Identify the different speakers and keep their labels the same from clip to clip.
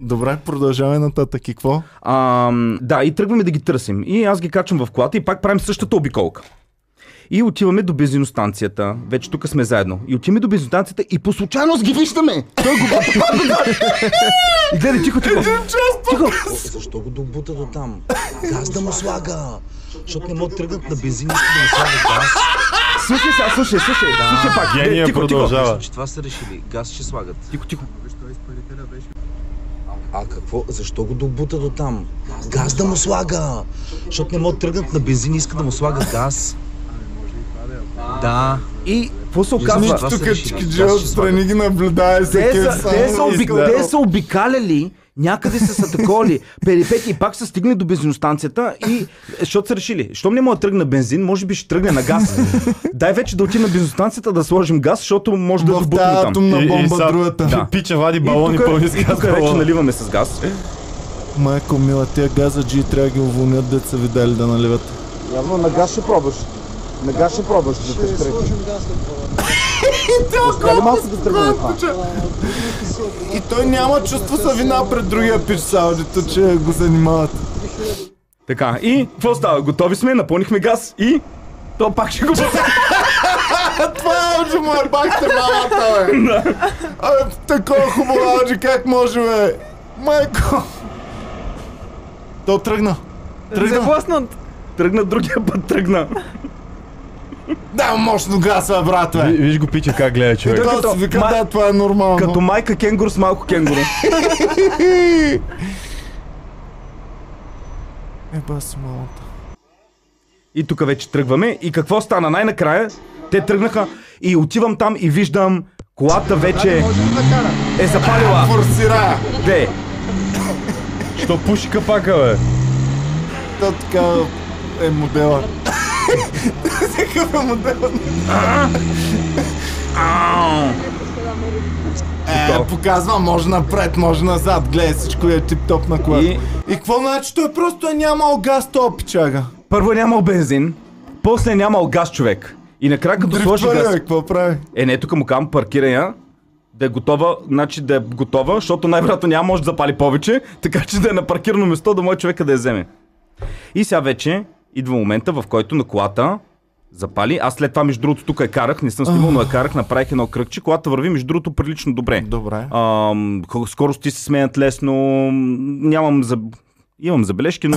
Speaker 1: Добре, продължаваме нататък. И какво?
Speaker 2: А, да, и тръгваме да ги търсим. И аз ги качвам в колата и пак правим същата обиколка. И отиваме до бензиностанцията. Вече тук сме заедно. И отиваме до бензиностанцията и по случайност ги виждаме. Той го И гледай, тихо, тихо. Тихо.
Speaker 3: Защо го добута до там? Газ да му слага! Защото не могат да тръгнат на бензинници да му слага газ.
Speaker 2: Слушай сега, слушай, слушай. Слушай пак. Гледай,
Speaker 4: Гения
Speaker 2: тихо, тихо.
Speaker 4: продължава.
Speaker 3: Мисля, че това са решили. Газ ще слагат.
Speaker 2: Тихо, тихо.
Speaker 3: А какво? Защо го добута до там? Газ да му слага! Защото не могат да тръгнат на бензин и иска да му слага газ. Да.
Speaker 2: И какво се
Speaker 3: Мисля,
Speaker 2: оказва?
Speaker 3: че това
Speaker 1: Тук
Speaker 3: са решили.
Speaker 1: Чикиджи
Speaker 3: Аз ще
Speaker 1: отстрани ги наблюдае всеки
Speaker 2: Те
Speaker 1: е
Speaker 2: са,
Speaker 1: сам
Speaker 2: те, са
Speaker 1: и
Speaker 2: оби...
Speaker 1: иска-
Speaker 2: те са обикаляли, някъде са са таколи, перипети и пак са стигнали до бензиностанцията и е, защото са решили, щом не мога да тръгне на бензин, може би ще тръгне на газ. Дай вече да отидем на бензиностанцията да сложим газ, защото може да
Speaker 1: в
Speaker 2: забутим
Speaker 1: тази
Speaker 2: там.
Speaker 1: атомна бомба
Speaker 4: са-
Speaker 1: другата.
Speaker 4: Да. Пича вади балони
Speaker 2: и
Speaker 4: пълни
Speaker 2: тук,
Speaker 4: с
Speaker 2: и
Speaker 4: газ
Speaker 2: тук вече
Speaker 4: балона.
Speaker 2: наливаме с газ.
Speaker 1: е- Майко мила, тия газаджи трябва да ги уволнят, дет са ви дали да наливат.
Speaker 5: Явно на газ ще пробваш. На газ ще пробваш да те спре. Ще сложим газ на балона. малко да тръгваме това.
Speaker 1: И той няма чувство са вина пред другия пич саудито, че го занимават.
Speaker 2: Така, и какво става? Готови сме, напълнихме газ и то пак ще го
Speaker 1: Това ауджи му е бак те мамата, бе! Абе, такова хубаво ауджи, как може, бе? Майко! То тръгна. Тръгна.
Speaker 6: Заблъснат.
Speaker 2: тръгна, другия път тръгна.
Speaker 1: Да, мощно газ, бе, брат, бе!
Speaker 4: Ви- Виж го пича как гледа човек.
Speaker 1: Това
Speaker 2: като-
Speaker 1: си вика,
Speaker 2: ма-
Speaker 1: да, това е нормално.
Speaker 2: Като майка кенгур с малко кенгуру. Е,
Speaker 1: Еба си малата.
Speaker 2: И тук вече тръгваме. И какво стана? Най-накрая те тръгнаха и отивам там и виждам колата вече е запалила.
Speaker 1: Форсира!
Speaker 2: Де?
Speaker 4: Що пуши капака, бе?
Speaker 1: То така е модела. Всякъв е модела. Е, показва, може напред, може назад, гледай всичко е тип-топ на колата.
Speaker 2: И-
Speaker 1: И... какво значи? Той просто е нямал газ, то пичага.
Speaker 2: Първо е нямал бензин, после е нямал газ човек. И накрая като сложи
Speaker 1: Дрифтва ли,
Speaker 2: газ...
Speaker 1: бе? какво прави?
Speaker 2: Е, не, тук му казвам, паркирай я. Да е готова, значи да е готова, защото най-вероятно няма може да запали повече, така че да е на паркирано место, да може човека да я вземе. И сега вече идва момента, в който на колата запали. Аз след това, между другото, тук я карах, не съм снимал, но я карах, направих едно кръгче. Колата върви, между другото, прилично добре.
Speaker 1: Добре.
Speaker 2: Ам, хо- скорости се сменят лесно. м, Нямам за... Имам забележки, но...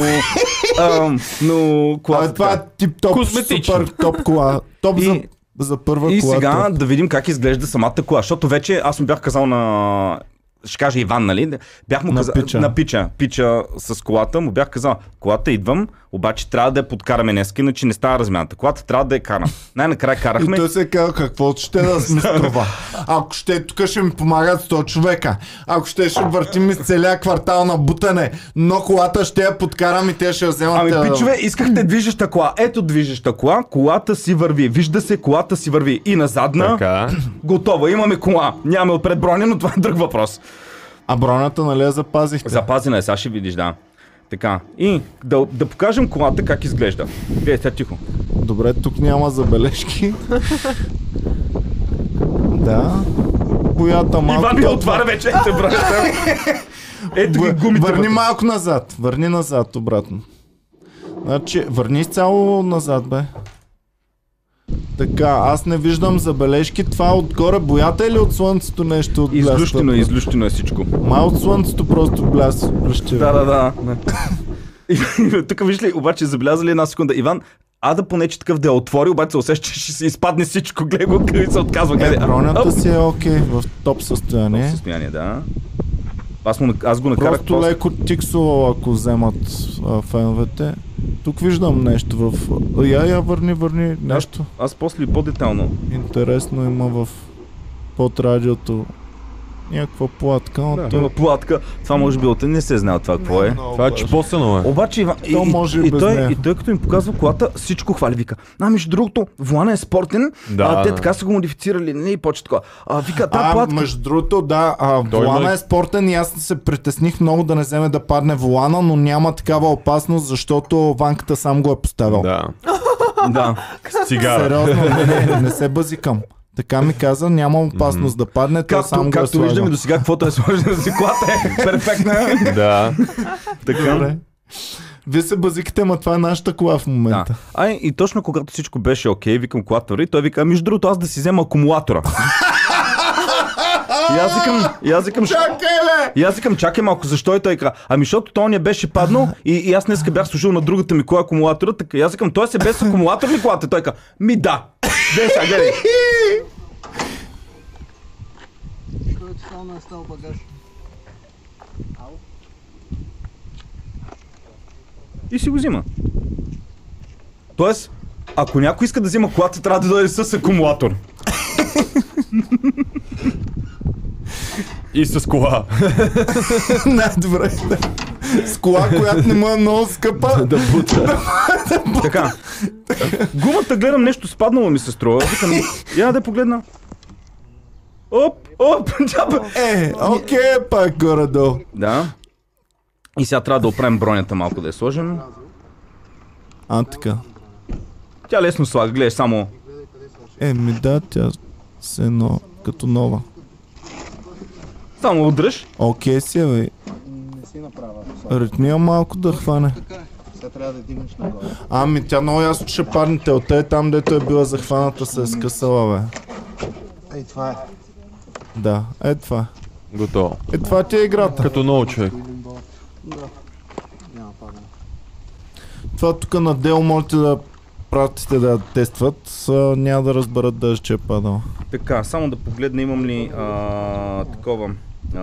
Speaker 2: ам, но
Speaker 1: А,
Speaker 2: колата...
Speaker 1: това е
Speaker 2: така.
Speaker 1: тип-топ,
Speaker 4: Козметично.
Speaker 1: супер топ кола. Топ за,
Speaker 2: И-
Speaker 1: за първа
Speaker 2: И
Speaker 1: кола.
Speaker 2: сега
Speaker 1: топ.
Speaker 2: да видим как изглежда самата кола, защото вече аз му бях казал на... Ще кажа Иван, нали? Бях му
Speaker 1: На
Speaker 2: казал...
Speaker 1: Пича.
Speaker 2: На пича. Пича с колата. Му бях казал, колата идвам, обаче трябва да я подкараме днес, иначе не става размяната. Колата трябва да я карам. Най-накрая
Speaker 1: И
Speaker 2: карахме.
Speaker 1: той се казва, какво ще да сме струва. Ако ще, тук ще ми помагат 100 човека. Ако ще, ще въртим из целия квартал на бутане. Но колата ще я подкарам и те ще я вземат.
Speaker 2: Ами,
Speaker 1: а,
Speaker 2: пичове, искахте движеща кола. Ето движеща кола. Колата си върви. Вижда се, колата си върви. И на задна.
Speaker 4: Така.
Speaker 2: Готова, имаме кола. Нямаме отпред броня, но това е друг въпрос.
Speaker 1: А броната, нали, я запазихте?
Speaker 2: Запазена е, сега ще видиш, да. Така. И да, да покажем колата как изглежда. Вие сега тихо.
Speaker 1: Добре, тук няма забележки. да. Боята малко.
Speaker 2: Иван ми отваря вече. Ето, брат. Ето ги
Speaker 1: Вър-
Speaker 2: гумите.
Speaker 1: Върни
Speaker 2: бе.
Speaker 1: малко назад. Върни назад, обратно. Значи, върни цяло назад, бе. Така, аз не виждам забележки. Това е отгоре боята или от слънцето нещо от
Speaker 2: Излющено е, излющено е всичко.
Speaker 1: Май от слънцето просто бляс, блещи.
Speaker 2: Да, да, да. Тук виж ли, обаче забелязали една секунда. Иван, а да поне че такъв да я отвори, обаче се усеща, че ще се изпадне всичко. Гледай го, къде се отказва.
Speaker 1: Е,
Speaker 2: Гледай. А,
Speaker 1: бронята
Speaker 2: оп,
Speaker 1: си е окей, в топ състояние.
Speaker 2: Състояние, да. Аз, му, аз го накарах
Speaker 1: Просто
Speaker 2: после.
Speaker 1: леко тиксово, ако вземат а, феновете. Тук виждам нещо в... Я, я, върни, върни, нещо.
Speaker 2: Аз после по-детално.
Speaker 1: Интересно има в под радиото някаква платка, но
Speaker 2: Да.
Speaker 1: да,
Speaker 2: Има платка. Това може би от не се знае това какво е.
Speaker 4: Това е чпосано, бе.
Speaker 2: Обаче Иван, и,
Speaker 1: То може и
Speaker 2: и,
Speaker 1: без
Speaker 2: той,
Speaker 1: нея.
Speaker 2: и той като им показва колата, всичко хвали, вика. А между другото, Влана е спортен,
Speaker 4: Да,
Speaker 2: а те
Speaker 4: да.
Speaker 2: така са го модифицирали, не и почва такова. А вика, та
Speaker 1: а,
Speaker 2: платка...
Speaker 1: между другото, да, а,
Speaker 4: Той има-
Speaker 1: волана е спортен и аз се притесних много да не вземе да падне волана, но няма такава опасност, защото ванката сам го е поставил.
Speaker 4: Да.
Speaker 2: Да.
Speaker 4: С цигара.
Speaker 1: Сериозно, не, не, не се базикам. Така ми каза, няма опасност да падне, той
Speaker 2: Както,
Speaker 1: сам го е
Speaker 2: както
Speaker 1: слагал.
Speaker 2: виждаме до сега, каквото е сложено за колата е перфектна.
Speaker 4: Да.
Speaker 2: така.
Speaker 1: Добре. Вие се базикате, ма това е нашата кола в
Speaker 2: Да.
Speaker 1: момента.
Speaker 2: А и и точно когато всичко беше окей, викам колата върви, той вика, между другото аз да си взема акумулатора. и аз викам, и аз викам, «Що-
Speaker 1: Чакай, бе!
Speaker 2: И аз викам, чакай малко, защо е той кра? Ами защото той не беше паднал и, и аз днеска бях служил на другата ми кола акумулатора, така и аз викам, той се без акумулатор ли колата? Той ка, ми да. Де сега, гледай. И си го взима. Тоест, ако някой иска да взима колата, трябва да дойде с акумулатор.
Speaker 4: И с кола.
Speaker 1: Най-добре. да. С кола, която не му е много скъпа. да бута.
Speaker 2: Така. Гумата гледам нещо спаднало ми се струва. Викам, я да погледна. Оп, оп, джаба.
Speaker 1: Е, окей, пак горе-долу.
Speaker 2: Да. И сега трябва да оправим бронята малко да я сложим.
Speaker 1: А, така.
Speaker 2: Тя лесно слага, гледаш само.
Speaker 1: Е, ми да, тя се едно като нова.
Speaker 2: Само удръж.
Speaker 1: Окей си е, бе.
Speaker 5: Не си направя.
Speaker 1: Ритмия малко да хване.
Speaker 5: Сега трябва да дигнеш нагоре.
Speaker 1: Ами, тя много ясно ще падне. Телта е там, дето е била захваната, се е скъсала, бе.
Speaker 5: Ей, това е.
Speaker 1: Да, е това.
Speaker 4: Готово.
Speaker 1: Е, това ти е играта.
Speaker 4: Като нов човек.
Speaker 5: Няма падане.
Speaker 1: Това тук на дел можете да пратите да тестват. Са, няма да разберат даже, че е падала.
Speaker 2: Така, само да погледна имам ли а, такова. А,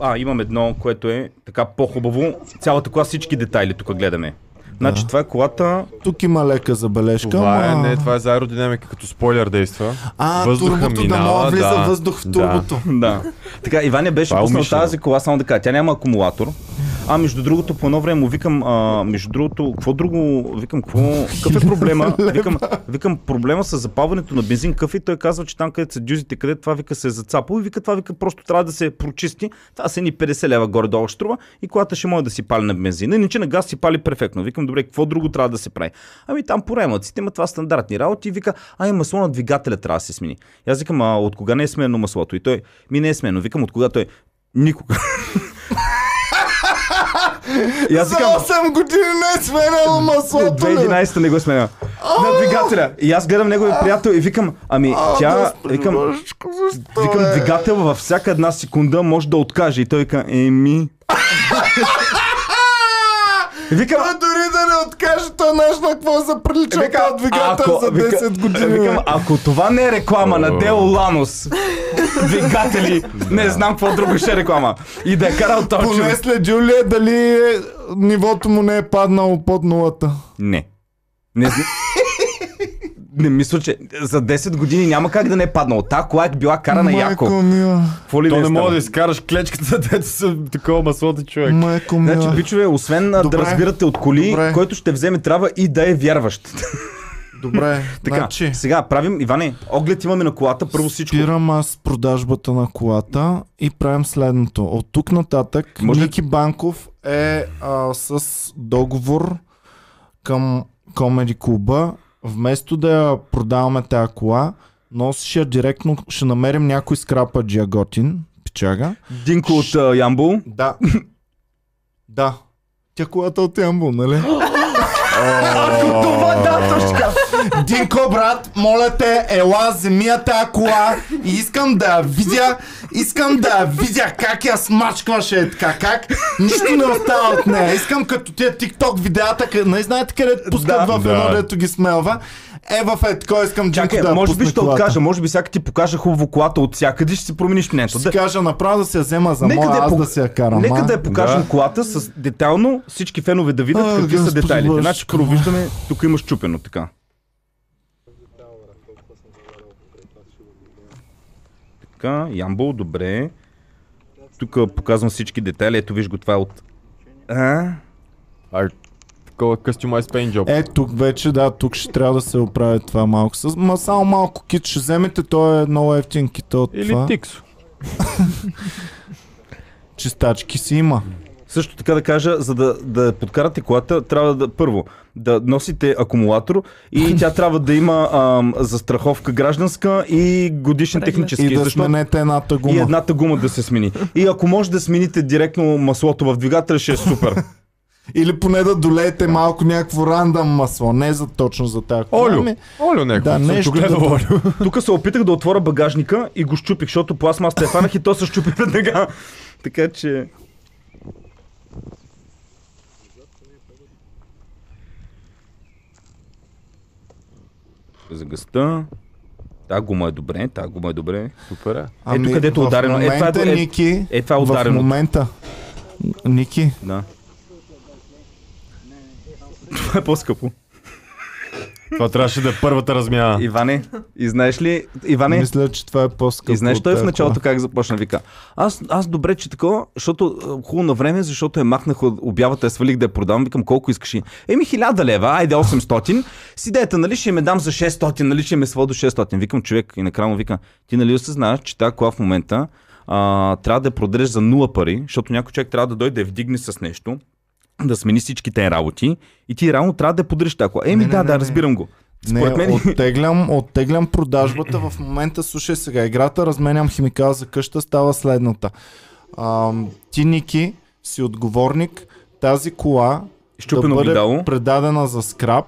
Speaker 2: а, имам едно, което е така по-хубаво. Цялата кола, всички детайли тук гледаме. Значи това е колата.
Speaker 1: Тук има лека забележка.
Speaker 4: Това е,
Speaker 1: ама-
Speaker 4: не, това е за аеродинамика, като спойлер действа.
Speaker 1: А,
Speaker 4: Въздуха
Speaker 1: турбото да
Speaker 4: минава,
Speaker 1: мога влиза
Speaker 4: да.
Speaker 1: въздух в
Speaker 4: Да.
Speaker 1: турбото.
Speaker 2: Да. Така, Иван я беше
Speaker 4: Това е
Speaker 2: пуснал
Speaker 4: умишлено.
Speaker 2: тази кола, само да кажа, тя няма акумулатор. А между другото, по едно време му викам, а, между другото, какво друго, викам, какво, какъв е проблема? Викам, викам, проблема с запалването на бензин, какъв е? Той казва, че там където са дюзите, къде това вика се е зацапало и вика това вика просто трябва да се прочисти. Това са ни 50 лева горе-долу ще струва и колата ще може да си пали на бензин. Иначе на газ си пали перфектно. Викам, добре, какво друго трябва да се прави? Ами там поремъците, има това стандартни работи и вика, ай масло на двигателя трябва да се смени. И аз викам, а от кога не е сменено маслото? И той, ми не е сменено. Викам, от кога той? Никога. И аз
Speaker 1: За
Speaker 2: викам,
Speaker 1: 8 години не е сменяло
Speaker 2: от
Speaker 1: маслото ли? бе?
Speaker 2: 2011 не го е сменял. На двигателя. И аз гледам неговия приятел и викам, ами тя, викам, викам
Speaker 1: е?
Speaker 2: двигател във всяка една секунда може да откаже. И той вика, еми... И Викам,
Speaker 1: Той дори да не откаже, той знаеш на какво е се прилича
Speaker 2: вика,
Speaker 1: този двигател за 10 години. бе.
Speaker 2: Викам, ако това не е реклама на
Speaker 4: О.
Speaker 2: Део Ланос, двигатели, не знам какво друго ще е реклама. И да е карал този
Speaker 1: Поне
Speaker 2: човек.
Speaker 1: след Джулия дали е- нивото му не е паднало под нулата.
Speaker 2: Не. Не зна... Не мисля, че за 10 години няма как да не е паднал. Та кола е била карана яко.
Speaker 1: Майко мила,
Speaker 2: Какво ли
Speaker 4: То
Speaker 2: е
Speaker 4: не
Speaker 2: станало?
Speaker 4: може да изкараш клечката, дето са такова маслото човек.
Speaker 1: майко мила.
Speaker 2: Значи, бичове, освен а,
Speaker 1: Добре.
Speaker 2: да разбирате от коли,
Speaker 1: Добре.
Speaker 2: който ще вземе, трябва и да е вярващ.
Speaker 1: Добре,
Speaker 2: така,
Speaker 1: значи,
Speaker 2: сега правим, Иване, оглед имаме на колата, първо всичко.
Speaker 1: спирам аз продажбата на колата и правим следното. От тук нататък
Speaker 2: Може ли-
Speaker 1: Ники Банков е а, с договор към Комеди Клуба. Вместо да я продаваме тази кола, носиш я директно, ще намерим някой скрападжия готин, пичага.
Speaker 2: Динко от а, Ямбул.
Speaker 1: Да. да. Тя колата от Ямбул, нали?
Speaker 2: Това да, точно така.
Speaker 1: Динко, брат, моля те, ела, вземи я тая кола и искам да я видя, искам да я видя как я смачкваше е така, как нищо не остава от нея. Искам като тия тикток видеята, къде, не знаете къде пускат
Speaker 2: Да.
Speaker 1: в едно,
Speaker 4: Да.
Speaker 1: дето ги смелва. Е, в е такова искам Динко
Speaker 2: Чакай,
Speaker 1: да я
Speaker 2: може би
Speaker 1: пусне
Speaker 2: ще
Speaker 1: колата.
Speaker 2: откажа, може би сега като ти покажа хубаво колата от всякъде, ще си промениш мнението.
Speaker 1: Ще
Speaker 2: Да,
Speaker 1: си кажа, направо да си я взема за
Speaker 2: Нека
Speaker 1: моя,
Speaker 2: да я
Speaker 1: аз
Speaker 2: пок-
Speaker 1: да си я карам.
Speaker 2: Нека
Speaker 1: а?
Speaker 2: да я покажем
Speaker 4: Да.
Speaker 2: колата с детайлно, всички фенове да видят
Speaker 1: А,
Speaker 2: какви са
Speaker 1: Господи
Speaker 2: детайлите.
Speaker 1: Боже,
Speaker 2: Значи, първо виждаме, тук има щупено така. Така, Ямбол, добре. Тук показвам всички детайли. Ето виж го, това е от... А?
Speaker 4: Ай, такова къстюмайз пейнджоп.
Speaker 1: Е, тук вече, да, тук ще трябва да се оправи това малко. С... Ма само малко кит ще вземете, той е много ефтин кит от
Speaker 4: Или
Speaker 1: това.
Speaker 4: тиксо.
Speaker 1: Чистачки си има.
Speaker 2: Също така да кажа, за да, да подкарате колата, трябва да първо да носите акумулатор и тя трябва да има ам, застраховка гражданска и годишен технически.
Speaker 1: И да
Speaker 2: защото-
Speaker 1: сменете едната гума.
Speaker 2: и едната гума да се смени. И ако може да смените директно маслото в двигателя, ще е супер.
Speaker 1: Или поне да долеете малко някакво рандам масло. Не за точно за тази кола,
Speaker 4: Олю.
Speaker 1: ами-
Speaker 4: Олю някакво.
Speaker 1: Да,
Speaker 4: Да,
Speaker 1: нещо
Speaker 4: нещо гледал
Speaker 1: да-
Speaker 4: Олю.
Speaker 2: Тук се опитах да отворя багажника и го щупих, защото пластмасата я фанах и то се щупи веднага. Така че... За гъста. Та гума е добре, та гума е добре.
Speaker 4: Супер е.
Speaker 1: Ами,
Speaker 2: където е
Speaker 1: в
Speaker 2: ударено. Е, това е-
Speaker 1: момента,
Speaker 2: е-
Speaker 1: Ники,
Speaker 2: е, това е
Speaker 1: в
Speaker 2: удареното.
Speaker 1: момента. Ники,
Speaker 2: Да. Това е по-скъпо.
Speaker 4: Това трябваше да е първата размяна.
Speaker 2: Иване, и знаеш ли, Иване,
Speaker 1: мисля, че това е по-скъпо.
Speaker 2: И знаеш
Speaker 1: от
Speaker 2: той в
Speaker 1: тая
Speaker 2: началото
Speaker 1: кола.
Speaker 2: как започна? Вика, аз, аз добре, че такова, защото а, хубаво на време, защото я махнах от обявата, я свалих да я продам, викам колко искаш. и- Еми 1000 лева, айде 800, с идеята, нали ще ме дам за 600, нали ще ме свал до 600. Викам човек и накрая му вика, ти нали осъзнаваш, че тази кола в момента а, трябва да я продадеш за 0 пари, защото някой човек трябва да дойде да я вдигне с нещо, да смени всичките работи и ти реално трябва да я подариш така. Еми
Speaker 1: Не, не,
Speaker 2: да,
Speaker 1: не,
Speaker 2: да,
Speaker 1: не.
Speaker 2: разбирам го. Според
Speaker 1: Не,
Speaker 2: мен...
Speaker 1: оттеглям, оттеглям продажбата. В момента, слушай сега, играта, разменям химикал за къща, става следната. Ам, ти, Ники, си отговорник. Тази кола
Speaker 2: Щупено
Speaker 1: да бъде
Speaker 2: огледало.
Speaker 1: предадена за скрап.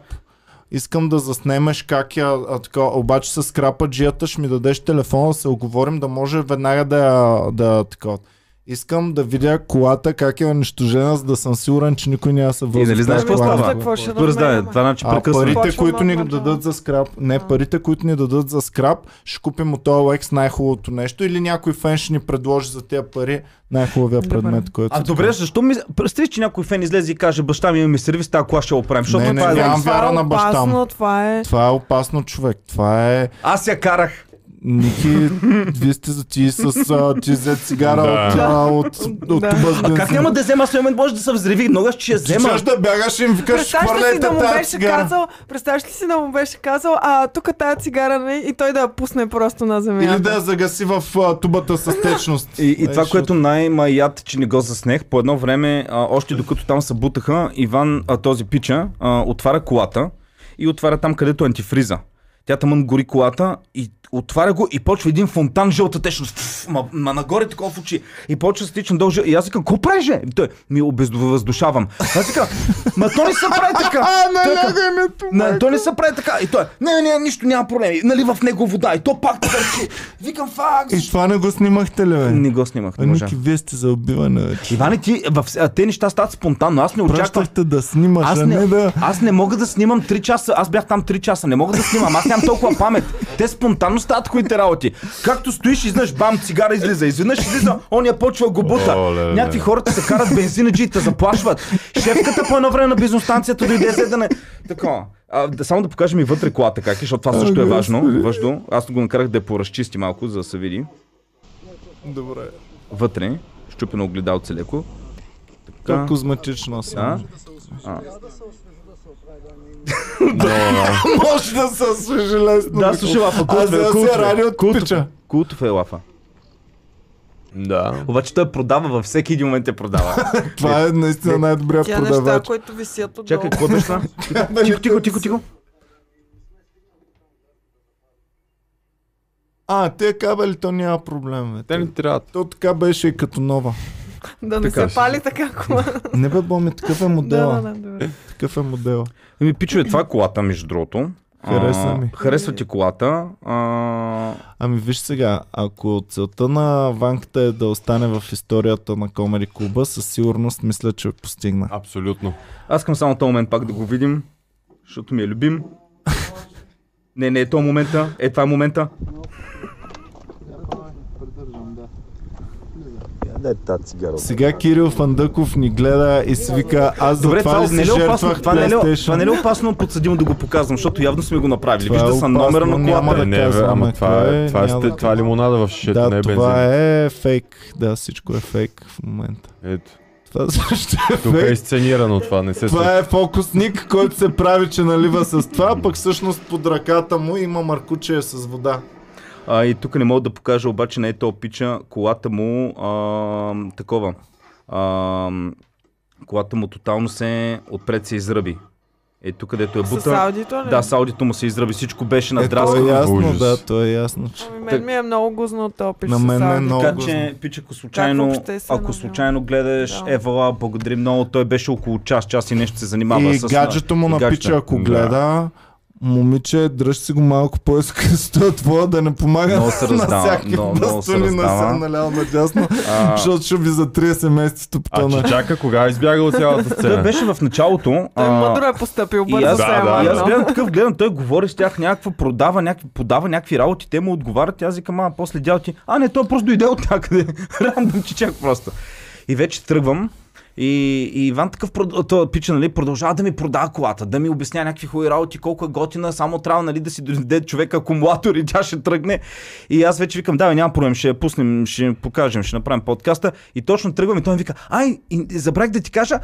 Speaker 1: Искам да заснемеш как я, а, така, обаче с скрапа джията ще ми дадеш телефона, да се оговорим, да може веднага да я, да така. Искам да видя колата как е унищожена, за да съм сигурен, че никой няма да се вързва.
Speaker 2: нали
Speaker 1: в тази
Speaker 2: знаеш какво
Speaker 1: кола.
Speaker 2: става?
Speaker 6: Какво ще
Speaker 2: Добре, да,
Speaker 6: разменяме?
Speaker 2: това значи
Speaker 1: А
Speaker 2: прекъсване.
Speaker 1: парите,
Speaker 6: Почвам
Speaker 1: които
Speaker 6: от
Speaker 1: ни
Speaker 6: начало.
Speaker 1: дадат за скраб, не, парите, които ни дадат за скраб, ще купим от OLX най-хубавото нещо или някой фен ще ни предложи за тези пари най-хубавия
Speaker 6: Добре.
Speaker 1: предмет, който...
Speaker 2: А добре, защо ми... Представи, че някой фен излезе и каже, баща ми имаме сервис, тази кола ще я оправим. Защото
Speaker 1: Не, не,
Speaker 2: това е...
Speaker 1: нямам
Speaker 6: Това
Speaker 1: вяра
Speaker 6: е
Speaker 1: на баща му.
Speaker 6: опасно, това е...
Speaker 1: Това е опасно, човек. Това е...
Speaker 2: Аз я карах.
Speaker 1: Ники, вие сте за ти с... А, ти взе цигара
Speaker 4: Да.
Speaker 1: от... А, от, от,
Speaker 6: Да.
Speaker 1: туба с бензин.
Speaker 2: Как няма да взема, аз в момент може да се взреви, много ще я
Speaker 1: Ти
Speaker 2: взема.
Speaker 1: чуеш да бягаш и им викаш,
Speaker 6: Представяш ли си да
Speaker 1: хвърлете
Speaker 6: му
Speaker 1: тази
Speaker 6: беше
Speaker 1: цигара.
Speaker 6: казал, представяш ли си да му беше казал, а тук тази цигара, не, и той да я пусне просто на
Speaker 1: Или да
Speaker 6: земята.
Speaker 1: я загаси в а, тубата с течност.
Speaker 2: И, и това,
Speaker 1: Ей,
Speaker 2: което най-маят, че не го заснех, по едно време, а, още докато там се бутаха, Иван, а, този пича, а, отваря колата и отваря там, където е антифриза. Тя тъмън гори колата и отваря го и почва един фонтан жълта течност. Фф, Ма, ма нагоре такова в очи. И почва да стича долу жъл- И аз викам, какво правиш, бе?» И Той ми обездовъздушавам. Аз викам, ма то не се прави така.
Speaker 1: А, на
Speaker 2: Той
Speaker 1: него
Speaker 2: вика,
Speaker 1: името!
Speaker 2: на, той не се прави така. И той, не, не, нищо, няма проблеми. Нали в него вода. И то пак търчи. Викам, фак.
Speaker 1: И това не го снимахте ли, бе?
Speaker 2: Не го снимах, не
Speaker 1: А,
Speaker 2: можа.
Speaker 1: Ники, вие сте за убиване, вече.
Speaker 2: Иване, ти, в, а, те неща стават спонтанно. Аз не очаквах.
Speaker 1: Пращахте да снимаш,
Speaker 2: Аз
Speaker 1: а не,
Speaker 2: не,
Speaker 1: да...
Speaker 2: аз не мога да снимам 3 часа. Аз бях там 3 часа. Не мога да снимам. Аз нямам толкова памет. Те спонтанно стават хуите работи. Както стоиш, изведнъж бам, цигара излиза. Изведнъж излиза, он я почва го бута.
Speaker 4: Оле, ле.
Speaker 2: Някакви хората се карат бензинаджи и те заплашват. Шефката по едно време на бизнес станцията дойде за да не... Така. А, да, само да покажем и вътре колата как е, защото това също е важно. Важно. Аз го накарах да я поразчисти малко, за да се види.
Speaker 1: Добре.
Speaker 2: Вътре, щупено огледалце леко. Така.
Speaker 1: Как козметично съм.
Speaker 2: А?
Speaker 1: Може да се свежи лесно.
Speaker 2: Да, слушай, Лафа,
Speaker 1: Аз
Speaker 2: култове,
Speaker 1: сега си я
Speaker 2: култове,
Speaker 1: ради от пича.
Speaker 2: Култов е лафа.
Speaker 4: Да.
Speaker 2: Обаче той продава във всеки един момент те продава.
Speaker 1: Това е наистина най-добрия
Speaker 6: Тя неща,
Speaker 1: продавач.
Speaker 6: които висят отдолу.
Speaker 2: Чакай, какво беше това? Тихо, тихо, тихо, тихо.
Speaker 1: А, тия кабели, то няма проблем, бе.
Speaker 4: Те не трябват.
Speaker 1: То така беше и като нова.
Speaker 6: Да не
Speaker 4: Така
Speaker 6: се
Speaker 4: си.
Speaker 6: пали така кола.
Speaker 1: Не бе, Боми, такъв е
Speaker 6: Да, да,
Speaker 1: модела.
Speaker 6: да, добре.
Speaker 1: Такъв е модела.
Speaker 2: Ами, пичове, това е колата, между другото. А,
Speaker 1: Хареса ми.
Speaker 2: Харесва ти колата. А,
Speaker 1: Ами виж сега, ако целта на ванката е да остане в историята на Комери Клуба, със сигурност мисля, че я постигна.
Speaker 4: Абсолютно.
Speaker 2: Аз искам само този момент пак да го видим, защото ми е любим. Не, не е този момента. Е, това е момента.
Speaker 3: Дай тази цигара.
Speaker 1: Сега Кирил Фандъков ни гледа и си вика, аз за
Speaker 2: Добре,
Speaker 1: това
Speaker 2: това,
Speaker 1: ли
Speaker 2: не
Speaker 1: си
Speaker 2: ли е опасно,
Speaker 1: жертвах
Speaker 2: това, не ли, е-
Speaker 1: PlayStation?
Speaker 2: това не ли е опасно подсъдимо да го показвам, защото явно сме го направили.
Speaker 1: Това е
Speaker 2: Вижда са
Speaker 1: опасно,
Speaker 2: номера на
Speaker 1: няма
Speaker 2: колата.
Speaker 1: да
Speaker 4: Е, Не, бе,
Speaker 1: казваме
Speaker 4: ама това
Speaker 1: кое,
Speaker 4: е, това е,
Speaker 1: няма
Speaker 4: сте-
Speaker 1: да-
Speaker 4: това е лимонада в шишето, не
Speaker 1: Да,
Speaker 4: е бензин.
Speaker 1: това е фейк. Да, всичко е фейк в момента.
Speaker 4: Ето.
Speaker 1: Това също е
Speaker 4: Тук е
Speaker 1: фейк.
Speaker 4: изценирано това, не се
Speaker 1: е- Това е фокусник, който се прави, че налива с това, пък всъщност под ръката му има маркуче с вода.
Speaker 2: А, и тук не мога да покажа, обаче не е то пича, колата му а, такова. А, Колата му тотално се отпред се изръби. Е тук, където е бута.
Speaker 6: С аудито ли?
Speaker 2: Да, с аудито му се изръби, всичко
Speaker 1: Е,
Speaker 2: беше
Speaker 1: то е
Speaker 2: надраскано.
Speaker 1: ясно,
Speaker 4: Ужас.
Speaker 1: да, то е ясно, че...
Speaker 6: Ами
Speaker 2: Так.
Speaker 6: мен ми е много гузно да опиш
Speaker 1: На мен
Speaker 6: с
Speaker 1: ме е
Speaker 6: аудито.
Speaker 1: много.
Speaker 2: Така че, пич, ако случайно,
Speaker 6: въобще се е
Speaker 2: ако
Speaker 6: намил?
Speaker 2: случайно гледаш
Speaker 6: Да.
Speaker 2: Евала, благодарим много, той беше около час, час и нещо се занимава
Speaker 1: и
Speaker 2: с...
Speaker 1: гаджето му
Speaker 2: и
Speaker 1: на
Speaker 2: гаджета.
Speaker 1: пича, ако
Speaker 4: Да.
Speaker 1: гледа, момиче, дръж си го малко по-ескъсто от твоя, да не помага
Speaker 2: Много се
Speaker 1: на
Speaker 2: раздава,
Speaker 1: всякакви
Speaker 2: много, много се
Speaker 1: бастуни на
Speaker 2: раздава.
Speaker 1: сам, наляво надясно,
Speaker 2: А,
Speaker 1: защото ще ви за 30 месеца
Speaker 4: А
Speaker 1: топтона.
Speaker 4: че чака, кога избяга от цялата
Speaker 2: той
Speaker 4: сцена?
Speaker 2: беше в началото.
Speaker 6: Той
Speaker 2: а,
Speaker 6: мъдро е поступил,
Speaker 2: И аз,
Speaker 6: бързо се е
Speaker 4: Да, да,
Speaker 2: и аз
Speaker 6: махнал.
Speaker 2: гледам такъв, гледам, той говори с тях някаква, продава някакви, подава някакви работи, те му отговарят, и аз викам, а после дял ти, а не, той просто дойде от някъде, рандом чичак просто. И вече тръгвам, и, и Иван такъв, прод- той пича, нали, продължава да ми продава колата, да ми обясня някакви хубави работи, колко е готина, само трябва нали, да си дойде човек акумулатор и тя ще тръгне. И аз вече викам, да, бе, няма проблем, ще я пуснем, ще я покажем, ще направим подкаста. И точно тръгвам и той ми вика, ай, и- забравих да ти кажа,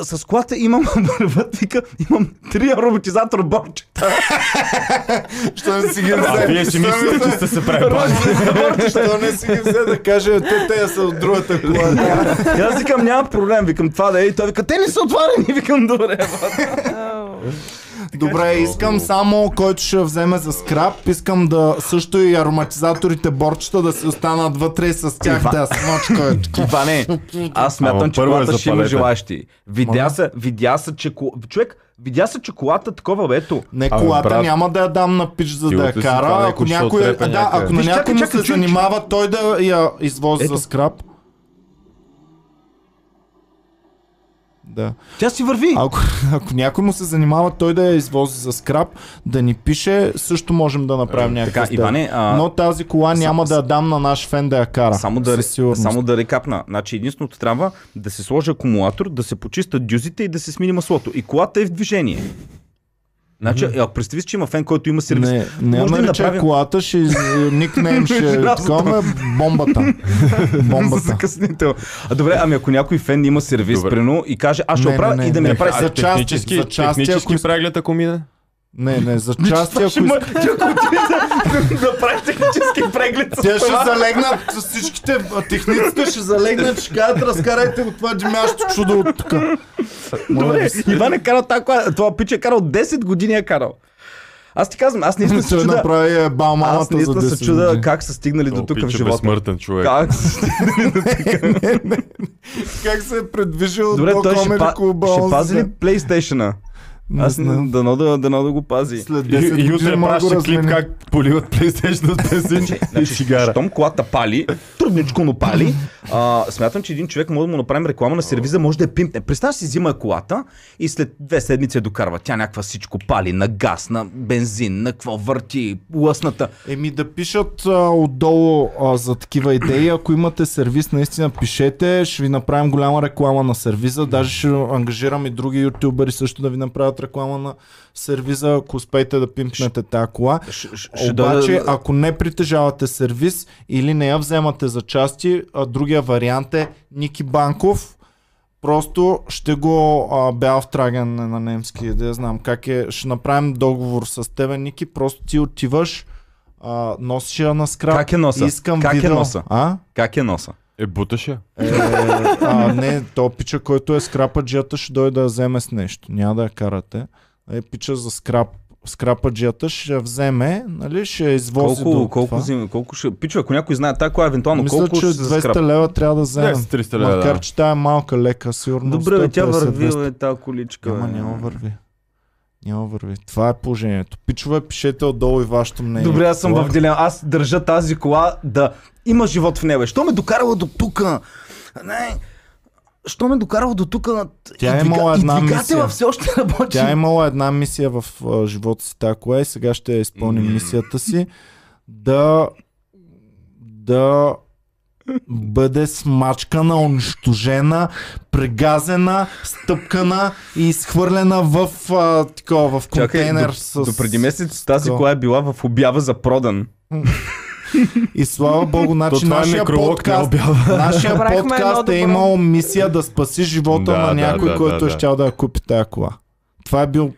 Speaker 2: а, с колата имам, върват, вика, имам три роботизатор борчета.
Speaker 1: Що не си ги
Speaker 4: А
Speaker 1: взе?
Speaker 4: вие си
Speaker 1: Що не
Speaker 4: мислите, че
Speaker 1: взе?
Speaker 4: сте се пребали.
Speaker 1: Що не си ги взе да каже, те те са от другата кола.
Speaker 2: И аз викам, няма проблем, викам това да е. И той вика, те не са отварени, викам, добре. бе.
Speaker 6: Ау.
Speaker 1: Добре, искам само, който ще вземе за скрап, искам да също и ароматизаторите борчета да си останат вътре и с тях
Speaker 2: Ива-
Speaker 1: тази смочка.
Speaker 2: Иване, е. аз смятам,
Speaker 4: Ама
Speaker 2: че
Speaker 4: първо е
Speaker 2: колата ще има
Speaker 4: запалете.
Speaker 2: желащи. Видя се, видя се, че кол... човек, видя се, че колата такова, бе, ето.
Speaker 1: Не,
Speaker 4: Абе,
Speaker 1: колата
Speaker 4: брат,
Speaker 1: няма да я дам на пич, за да я
Speaker 4: силата си
Speaker 1: кара.
Speaker 4: това
Speaker 1: Ако
Speaker 4: някой ще
Speaker 1: някой,
Speaker 4: отрепе
Speaker 1: да,
Speaker 4: някъде.
Speaker 1: ако на
Speaker 2: Виж, чакай,
Speaker 1: някой му
Speaker 2: чакай,
Speaker 1: се
Speaker 2: чуй,
Speaker 1: занимава, той да я извози
Speaker 2: Ето.
Speaker 1: за скрап. Да.
Speaker 2: Тя си върви.
Speaker 1: Ако, ако някой му се занимава, той да я извози за скрап, да ни пише, също можем да направим някакъв
Speaker 2: Така,
Speaker 1: сделка.
Speaker 2: Иване, а,
Speaker 1: Но тази кола
Speaker 2: Сам-
Speaker 1: няма да я дам на наш фен да я кара.
Speaker 2: Само да,
Speaker 1: със сигурност.
Speaker 2: само да рекапна. Значи единственото трябва да се сложи акумулатор, да се почистят дюзите и да се смени маслото. И колата е в движение. Значи, ако представиш, че има фен, който има сервис.
Speaker 1: Не, не
Speaker 2: може да
Speaker 1: наричай
Speaker 2: им направим-
Speaker 1: колата, ще из- никнейм ще
Speaker 2: Ужасно.
Speaker 1: такова бомбата.
Speaker 2: за
Speaker 1: Бомбата.
Speaker 2: закъснител. А, добре, ами ако някой фен има сервис,
Speaker 4: Добре.
Speaker 2: прено, и каже, аз ще
Speaker 1: Не, не,
Speaker 2: оправя
Speaker 1: не,
Speaker 2: и да ми
Speaker 1: не.
Speaker 2: направи
Speaker 1: А,
Speaker 2: сервис.
Speaker 1: за части, за части,
Speaker 4: технически
Speaker 1: ако-
Speaker 4: преглед, ако мине.
Speaker 1: Не, не, за части, ако
Speaker 2: Ще ма-
Speaker 1: иска...
Speaker 2: Ти ако отиде да- да прави технически преглед с
Speaker 1: Те ще
Speaker 2: това.
Speaker 1: залегнат, всичките а, техниците ще залегнат, ще кажат, разкарайте го това димящо чудо от тук.
Speaker 2: Добре, Иван е карал тази кола. Това пиче е карал 10 години е карал. Аз ти казвам, аз наистина се
Speaker 1: Той
Speaker 2: чуда.
Speaker 1: направи е бал
Speaker 2: Аз
Speaker 1: мамата за
Speaker 2: наистина
Speaker 1: 10
Speaker 2: се чуда
Speaker 1: години.
Speaker 2: как са стигнали до тук в
Speaker 4: Пича
Speaker 2: живота.
Speaker 4: е безсмъртен човек.
Speaker 2: Как са стигнали до тук?
Speaker 1: Как се е предвижил
Speaker 2: Добре,
Speaker 1: до
Speaker 2: той ще,
Speaker 1: комеди
Speaker 2: па...
Speaker 1: клуба?
Speaker 2: ще
Speaker 1: онзи
Speaker 2: пази ли
Speaker 1: ден?
Speaker 2: PlayStation-а?
Speaker 1: Не
Speaker 2: Аз
Speaker 1: знам.
Speaker 2: не, дано да, дано да го пази.
Speaker 1: След
Speaker 4: И,
Speaker 1: 10
Speaker 4: и
Speaker 1: години
Speaker 4: утре
Speaker 1: мога да го
Speaker 4: праща клип
Speaker 1: разменим.
Speaker 4: как поливат PlayStation от бензин и
Speaker 2: Значи,
Speaker 4: цигара.
Speaker 2: щом колата пали, трудничко, но пали, а, смятам, че един човек може да му направим реклама на сервиза, може да я пимпне. Представя си, взима колата и след две седмици я докарва. Тя някаква всичко пали, на газ, на бензин, на какво върти, лъсната.
Speaker 1: Еми да пишат а, отдолу а, за такива идеи. Ако имате сервис, наистина пишете. Ще ви направим голяма реклама на сервиза. Даже ще ангажирам и други ютубери също да ви направят реклама на сервиза, ако успеете да пимпнете тази кола.
Speaker 2: Ш- ш- ще
Speaker 1: Обаче,
Speaker 2: дойда-
Speaker 1: ако не притежавате сервис или не я вземате за части, а, другия вариант е Ники Банков. Просто ще го а, бял в траген на немски, да я знам как е. Ще направим договор с тебе, Ники. Просто ти отиваш, а, носиш я на скрап.
Speaker 2: Как я носа?
Speaker 1: Искам
Speaker 2: Как я
Speaker 1: видео.
Speaker 2: носа?
Speaker 1: А?
Speaker 2: Как е носа?
Speaker 4: Е, буташ я.
Speaker 1: Е, а, не, то пича, който е скрападжията, ще дойде да я вземе с нещо. Няма да я карате. Е, пича за скрап, скрападжията ще я вземе, нали, ще я извози
Speaker 2: Колко,
Speaker 1: до
Speaker 2: колко,
Speaker 1: това.
Speaker 2: зим, колко ще... Пичо, ако някой знае тази кола, е евентуално
Speaker 1: Мисля,
Speaker 2: Ами колко
Speaker 1: че
Speaker 2: ще се
Speaker 1: 200
Speaker 2: скрапа?
Speaker 1: лева трябва да вземем.
Speaker 4: Десет, 300 лева,
Speaker 1: Макар,
Speaker 4: да.
Speaker 1: че тя е малка, лека, сигурно.
Speaker 2: Добре, бе, тя
Speaker 1: 150,
Speaker 2: върви,
Speaker 1: 200.
Speaker 2: бе, тази количка.
Speaker 1: Няма,
Speaker 2: бе.
Speaker 1: няма върви. Няма върви. Това е положението. Пичове, пишете отдолу и вашето мнение.
Speaker 2: Добре, аз съм
Speaker 1: Това е.
Speaker 2: в дилема. Аз държа тази кола да има живот в нея. бе. Що ме докарала до тука? Не. Що ме докарала до тука?
Speaker 1: Тя е имала една
Speaker 2: и двигателя
Speaker 1: мисия.
Speaker 2: все още работи.
Speaker 1: Тя е имала една мисия в а, живота си, тази кола, и сега ще я изпълним
Speaker 2: М.
Speaker 1: мисията си. Да. Да бъде смачкана, унищожена, прегазена, стъпкана и изхвърлена в, а, такова, в контейнер
Speaker 2: до,
Speaker 1: с...
Speaker 2: до преди месец тази
Speaker 1: такова.
Speaker 2: кола е била в обява за продан.
Speaker 1: И слава богу, значи
Speaker 4: това е
Speaker 1: нашия
Speaker 4: некролог, не
Speaker 1: подкаст,
Speaker 4: обява.
Speaker 1: нашия
Speaker 6: Направихме едно
Speaker 1: подкаст
Speaker 6: добро.
Speaker 1: е имал мисия да спаси живота
Speaker 4: Да,
Speaker 1: на
Speaker 4: да,
Speaker 1: някой,
Speaker 4: да,
Speaker 1: който
Speaker 4: да,
Speaker 1: е
Speaker 4: да.
Speaker 1: щял да я купи тая кола. Това е бил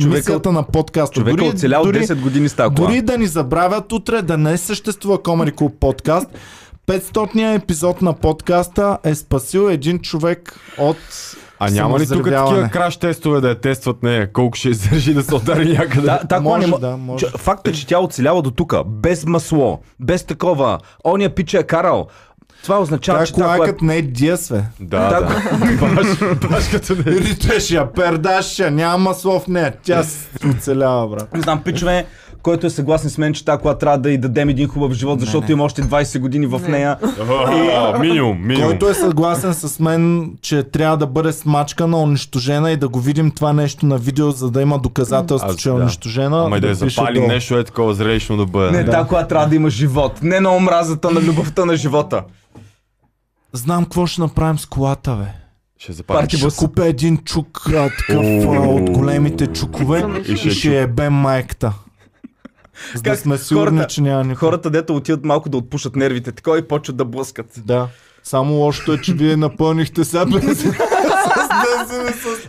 Speaker 2: Човека-
Speaker 1: мисията на подкаста.
Speaker 2: Човека
Speaker 1: Дори-
Speaker 2: е оцелял
Speaker 1: дори-
Speaker 2: 10 години с тази кола.
Speaker 1: Дори да ни забравят утре да не съществува Comedy Club подкаст, 500-ният епизод на подкаста е спасил един човек от
Speaker 4: А няма ли тук
Speaker 1: Самовзривяване.
Speaker 4: такива краш тестове да я тестват нея? Колко ще издържи да се удари някъде?
Speaker 2: Да, та
Speaker 1: Може,
Speaker 2: кола не мо-
Speaker 1: да, може.
Speaker 2: Че- Факт е, че тя оцелява до тук, без масло, без такова. Ония пича е карал. Това означава,
Speaker 1: Тя
Speaker 2: че тази
Speaker 1: кола
Speaker 2: кола е
Speaker 1: като не е дясве.
Speaker 4: Да,
Speaker 2: Да.
Speaker 4: да. Баш, баш като е. не.
Speaker 1: Ритеш я, пердаш я, няма слов не. Тя с- оцелява, брат.
Speaker 2: Не знам, пичове, който е съгласен с мен, че тази кола трябва да й дадем един хубав живот, защото има още 20 години в нея.
Speaker 4: А, Минимум, минимум.
Speaker 1: Който е съгласен с мен, че трябва да бъде смачкана, унищожена и да го видим това нещо на видео, за да има доказателство,
Speaker 4: Аз-
Speaker 1: че е
Speaker 4: да.
Speaker 1: унищожена.
Speaker 4: Ама и да я
Speaker 1: пише
Speaker 4: запали
Speaker 1: долу.
Speaker 4: нещо е такова зрелищно да бъде.
Speaker 2: Не, тази кола трябва да има живот. Не на омразата, на любовта на живота.
Speaker 1: Знам какво ще направим с колата, бе.
Speaker 4: Ще запали.
Speaker 2: Парти
Speaker 1: Ще
Speaker 2: бъс.
Speaker 1: купя един чук, а, такъв а,
Speaker 4: Ооо.
Speaker 1: от големите чукове
Speaker 4: И
Speaker 1: и
Speaker 4: ще
Speaker 1: ще ебем майката. За да
Speaker 2: Как
Speaker 1: сме сигурни,
Speaker 2: хората-
Speaker 1: че няма никой.
Speaker 2: Хората, дето отиват малко да отпушат нервите, такова и почват да блъскат.
Speaker 1: Да. Само лошото е, че вие напълнихте сега бензин.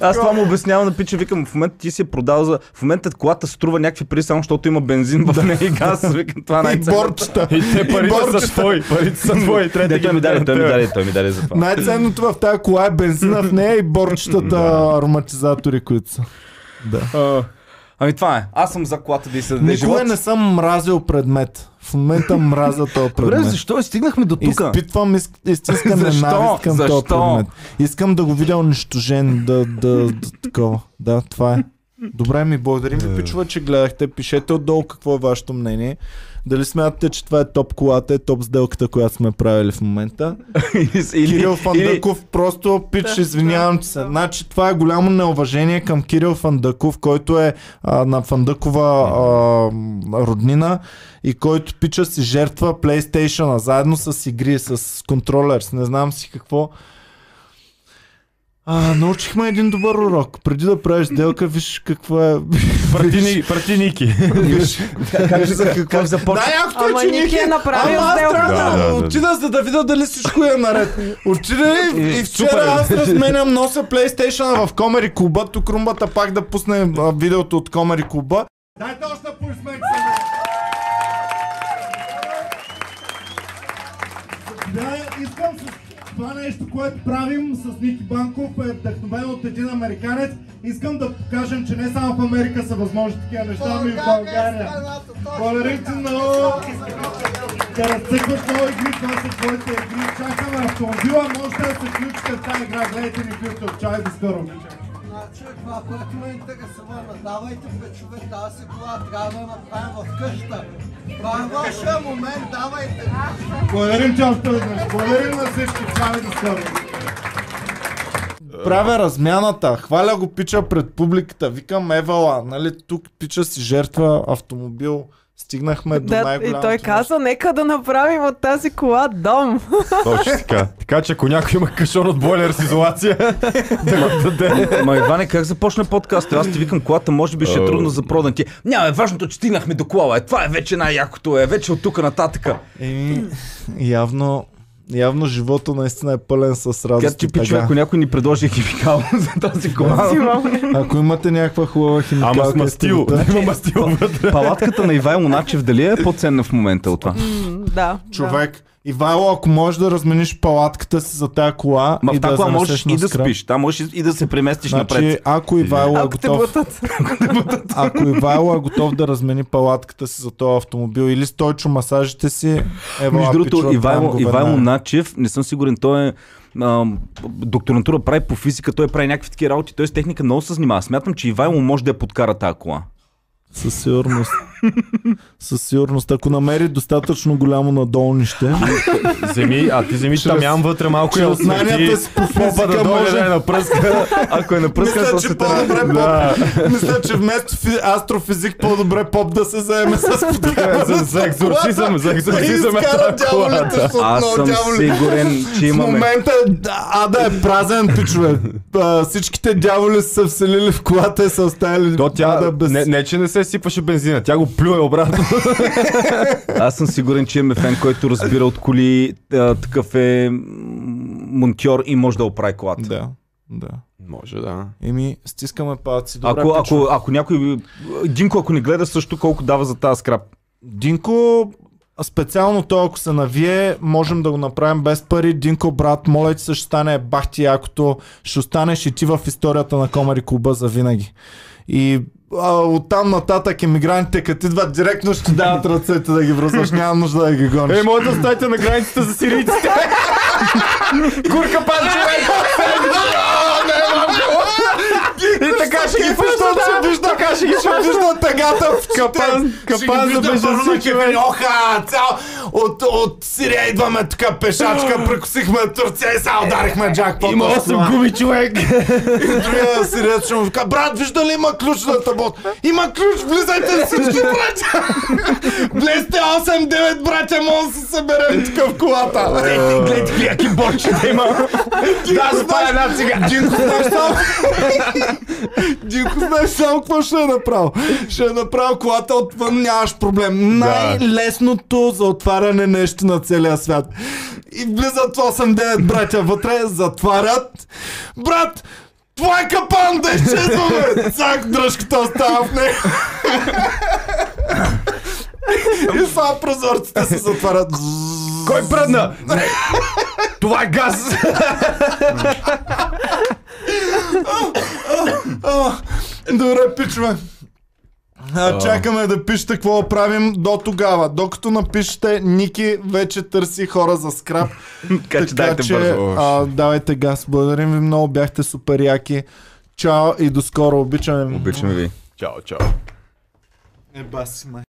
Speaker 2: Аз това му обяснявам на пича, викам, в момента ти си я продал за... В момента колата струва някакви пари, само защото има бензин в нея и газ. Викам, това е
Speaker 1: и
Speaker 2: най-ценното.
Speaker 1: борчета.
Speaker 4: И те парите
Speaker 1: борчета.
Speaker 4: са твои, парите са твои, трябва да
Speaker 2: Дето
Speaker 4: ги
Speaker 2: той ми даде,
Speaker 4: дадат
Speaker 2: той ми
Speaker 4: на тебе.
Speaker 2: даде, той ми даде за това.
Speaker 1: Най-ценното в тази кола е бензина в нея и борчетата ароматизатори, които са.
Speaker 2: А, Ами това е. Аз съм за колата да й се даде
Speaker 1: Никога
Speaker 2: живот.
Speaker 1: не съм мразил предмет. В момента мразя този
Speaker 2: Добре,
Speaker 1: предмет.
Speaker 2: защо стигнахме до тук?
Speaker 1: Изпитвам иск- истинска
Speaker 2: Защо?
Speaker 1: ненавист към този
Speaker 2: Защо?
Speaker 1: предмет. Искам да го видя унищожен, да, да, да такова. Да, това е. Добре ми, благодарим
Speaker 2: Е.
Speaker 1: ви, пичува, че гледахте. Пишете отдолу какво е вашето мнение. Дали смятате, че това е топ колата, е топ сделката, която сме правили в момента? Кирил Фандъков, просто пич, извинявам се. Значи това е голямо неуважение към Кирил Фандъков, който е а, на Фандъкова а, роднина и който пича си жертва PlayStation, заедно с игри, с контролер, с не знам си какво. А, научихме един добър урок. Преди да правиш сделка, виж каква е...
Speaker 4: Партини- Партиники.
Speaker 1: Виж,
Speaker 2: Как,
Speaker 1: виж за какво...
Speaker 2: как започна?
Speaker 1: Най-якото
Speaker 6: Ама
Speaker 1: е, че
Speaker 6: Ники е направил
Speaker 1: Ама аз
Speaker 6: сделка.
Speaker 1: трябва
Speaker 4: Да, да, да.
Speaker 1: отида, за да видя дали всичко е наред. Отида и, и
Speaker 4: супер е.
Speaker 1: вчера аз разменям носа PlayStation в Комери клуба. Тук румбата пак да пусне а, видеото от Комери клуба. Дайте още полисмен Да, искам с това нещо, което правим с Ники Банков, е вдъхновено от един американец. Искам да покажем, че не само в Америка са възможни такива неща, но и в България. Благодарим ти много! Да разцъкваш много игри, това са твоите игри. Чакаме автомобила, можете да се включите в тази игра. Гледайте ни в YouTube. Чай до скоро.
Speaker 7: Значи, това, което ме интересува, давайте печове тази кола, трябва да направим в къща. Това е вашия момент, давайте.
Speaker 1: Благодарим, че още веднъж. Благодарим на всички. Чай до скоро. Правя размяната, хваля го пича пред публиката, викам Евала, нали тук пича си жертва автомобил, стигнахме до
Speaker 6: Да, и
Speaker 1: най-голямото.
Speaker 6: той каза, нека да направим от тази кола дом.
Speaker 4: Точно така. Така че ако някой има кашон от бойлер с изолация, да го даде.
Speaker 2: Ма Иване, как започна подкаст? Аз ти викам, колата може би ще е трудно за продан ти. Няма, е важното, че стигнахме до кола. Е, това е вече най-якото. Е, вече от тук нататъка.
Speaker 1: Еми, явно, явно живота наистина е пълен с
Speaker 2: Тя
Speaker 1: радост.
Speaker 2: ти
Speaker 1: и тъга.
Speaker 2: пичу, ако някой ни предложи химикал за тази кола.
Speaker 1: Ако имате някаква хубава химикалка...
Speaker 4: Ама с мастил.
Speaker 1: изтегнете.
Speaker 4: Да има мастил вътре.
Speaker 2: Палатката на Ивайло Начев дали е по-ценна в момента от това?
Speaker 6: М, Да.
Speaker 1: Човек, Ивайло, ако можеш да размениш палатката си за тая кола
Speaker 2: Ма
Speaker 1: и
Speaker 2: в тази
Speaker 1: да
Speaker 2: кола
Speaker 1: занесеш
Speaker 2: можеш
Speaker 1: на
Speaker 2: и да
Speaker 1: скрап.
Speaker 2: спиш. Там можеш и да се преместиш
Speaker 1: Значи,
Speaker 2: напред.
Speaker 1: ако Ивайло е
Speaker 6: Ако те
Speaker 1: готов,
Speaker 6: бутат.
Speaker 1: ако Ивайло е готов да размени палатката си за този автомобил или стойчо масажите си, ева,
Speaker 2: Между другото,
Speaker 1: пичува, е там
Speaker 2: Ивайло,
Speaker 1: го
Speaker 2: Ивайло
Speaker 1: веднага.
Speaker 2: Начев, не съм сигурен, той е а, докторантура прави по физика, той прави някакви такива работи, той с техника много се занимава. Смятам, че Ивайло може да я подкара тази кола.
Speaker 1: Със сигурност. Със сигурност. Ако намери достатъчно голямо надолнище,
Speaker 4: Земи, а ти земи
Speaker 1: Чрез-
Speaker 4: тамян вътре малко я
Speaker 1: чрез знанията
Speaker 4: освети.
Speaker 1: си по
Speaker 4: Попа
Speaker 1: физика
Speaker 4: да дойде
Speaker 1: може-
Speaker 4: да я напръска. Ако е напръска,
Speaker 1: Мисля, че по-добре поп. Мисля, че вместо фи- астрофизик по-добре поп да се заеме с подкрепа.
Speaker 4: за- за екзорцизъм, за екзорцизъм е
Speaker 1: Да изкара
Speaker 4: тази кола,
Speaker 1: дяволите,
Speaker 4: да.
Speaker 1: защото
Speaker 2: Аз
Speaker 1: много
Speaker 2: съм
Speaker 1: дяволи.
Speaker 2: сигурен, че
Speaker 1: В
Speaker 2: имаме.
Speaker 1: момента да, ада е празен, пичове. А, Всичките дяволи са се вселили в колата и са оставили
Speaker 4: То тя,
Speaker 1: ада без...
Speaker 4: не, не, че не се сипваше бензина, тя го плюе обратно.
Speaker 2: Аз съм сигурен, че имаме фен, който разбира от коли, а, такъв е м, монтьор и може да оправи колата.
Speaker 1: Да, да.
Speaker 4: Може да.
Speaker 1: Еми, стискаме палци. Добре,
Speaker 2: Ако,
Speaker 1: пичове.
Speaker 2: ако, ако някой... Динко, ако ни гледа също, колко дава за тази скрап?
Speaker 1: Динко, А специално то, ако се навие, можем да го направим без пари. Динко, брат, моля ти се, ще стане бахти якото. Ще останеш и ти в историята на Комари клуба за винаги. И а, оттам нататък емигрантите, като идват директно, ще дават ръцете да ги връзваш. Няма нужда да ги гониш.
Speaker 4: Е, може да оставите на границата за сирийците. Курка
Speaker 1: е
Speaker 4: панче,
Speaker 1: И така ще ги пущат, ще вижда, така ще ги ще вижда тъгата в капан.
Speaker 4: капан за бежанци, човек.
Speaker 1: Оха, цял, от, от Сирия идваме тук пешачка, прекусихме Турция и сега ударихме джакпот.
Speaker 4: Има 8 губи човек.
Speaker 1: Другия сириец ще му вика, брат, вижда ли има ключ на табот? Има ключ, влизайте всички братя! Влезте 8-9 братя, може да се съберем тук в колата. Е,
Speaker 2: Гледайте, какви яки борчи да има.
Speaker 1: Да, запаля една цигара. Динко, знаеш само... Динко, знаеш само какво ще е направил. Ще е направил колата отвън, нямаш проблем. Най-лесното за отваряне нещо на целия свят. И влизат 8-9 братя вътре, затварят. Брат, това е капан, да изчезваме! Цак, дръжката остава в нея. И само прозорците се затварят.
Speaker 4: Кой пръдна? Не. Това е газ.
Speaker 1: А, добре, пичове. А, чакаме да пишете какво да правим до тогава. Докато напишете, Ники вече търси хора за скрап.
Speaker 2: Така че дайте бързо.
Speaker 1: а, давайте газ. Благодарим ви много, бяхте супер яки. Чао и до скоро. Обичаме.
Speaker 2: Обичам ви.
Speaker 4: Чао, чао.
Speaker 1: Еба си, май.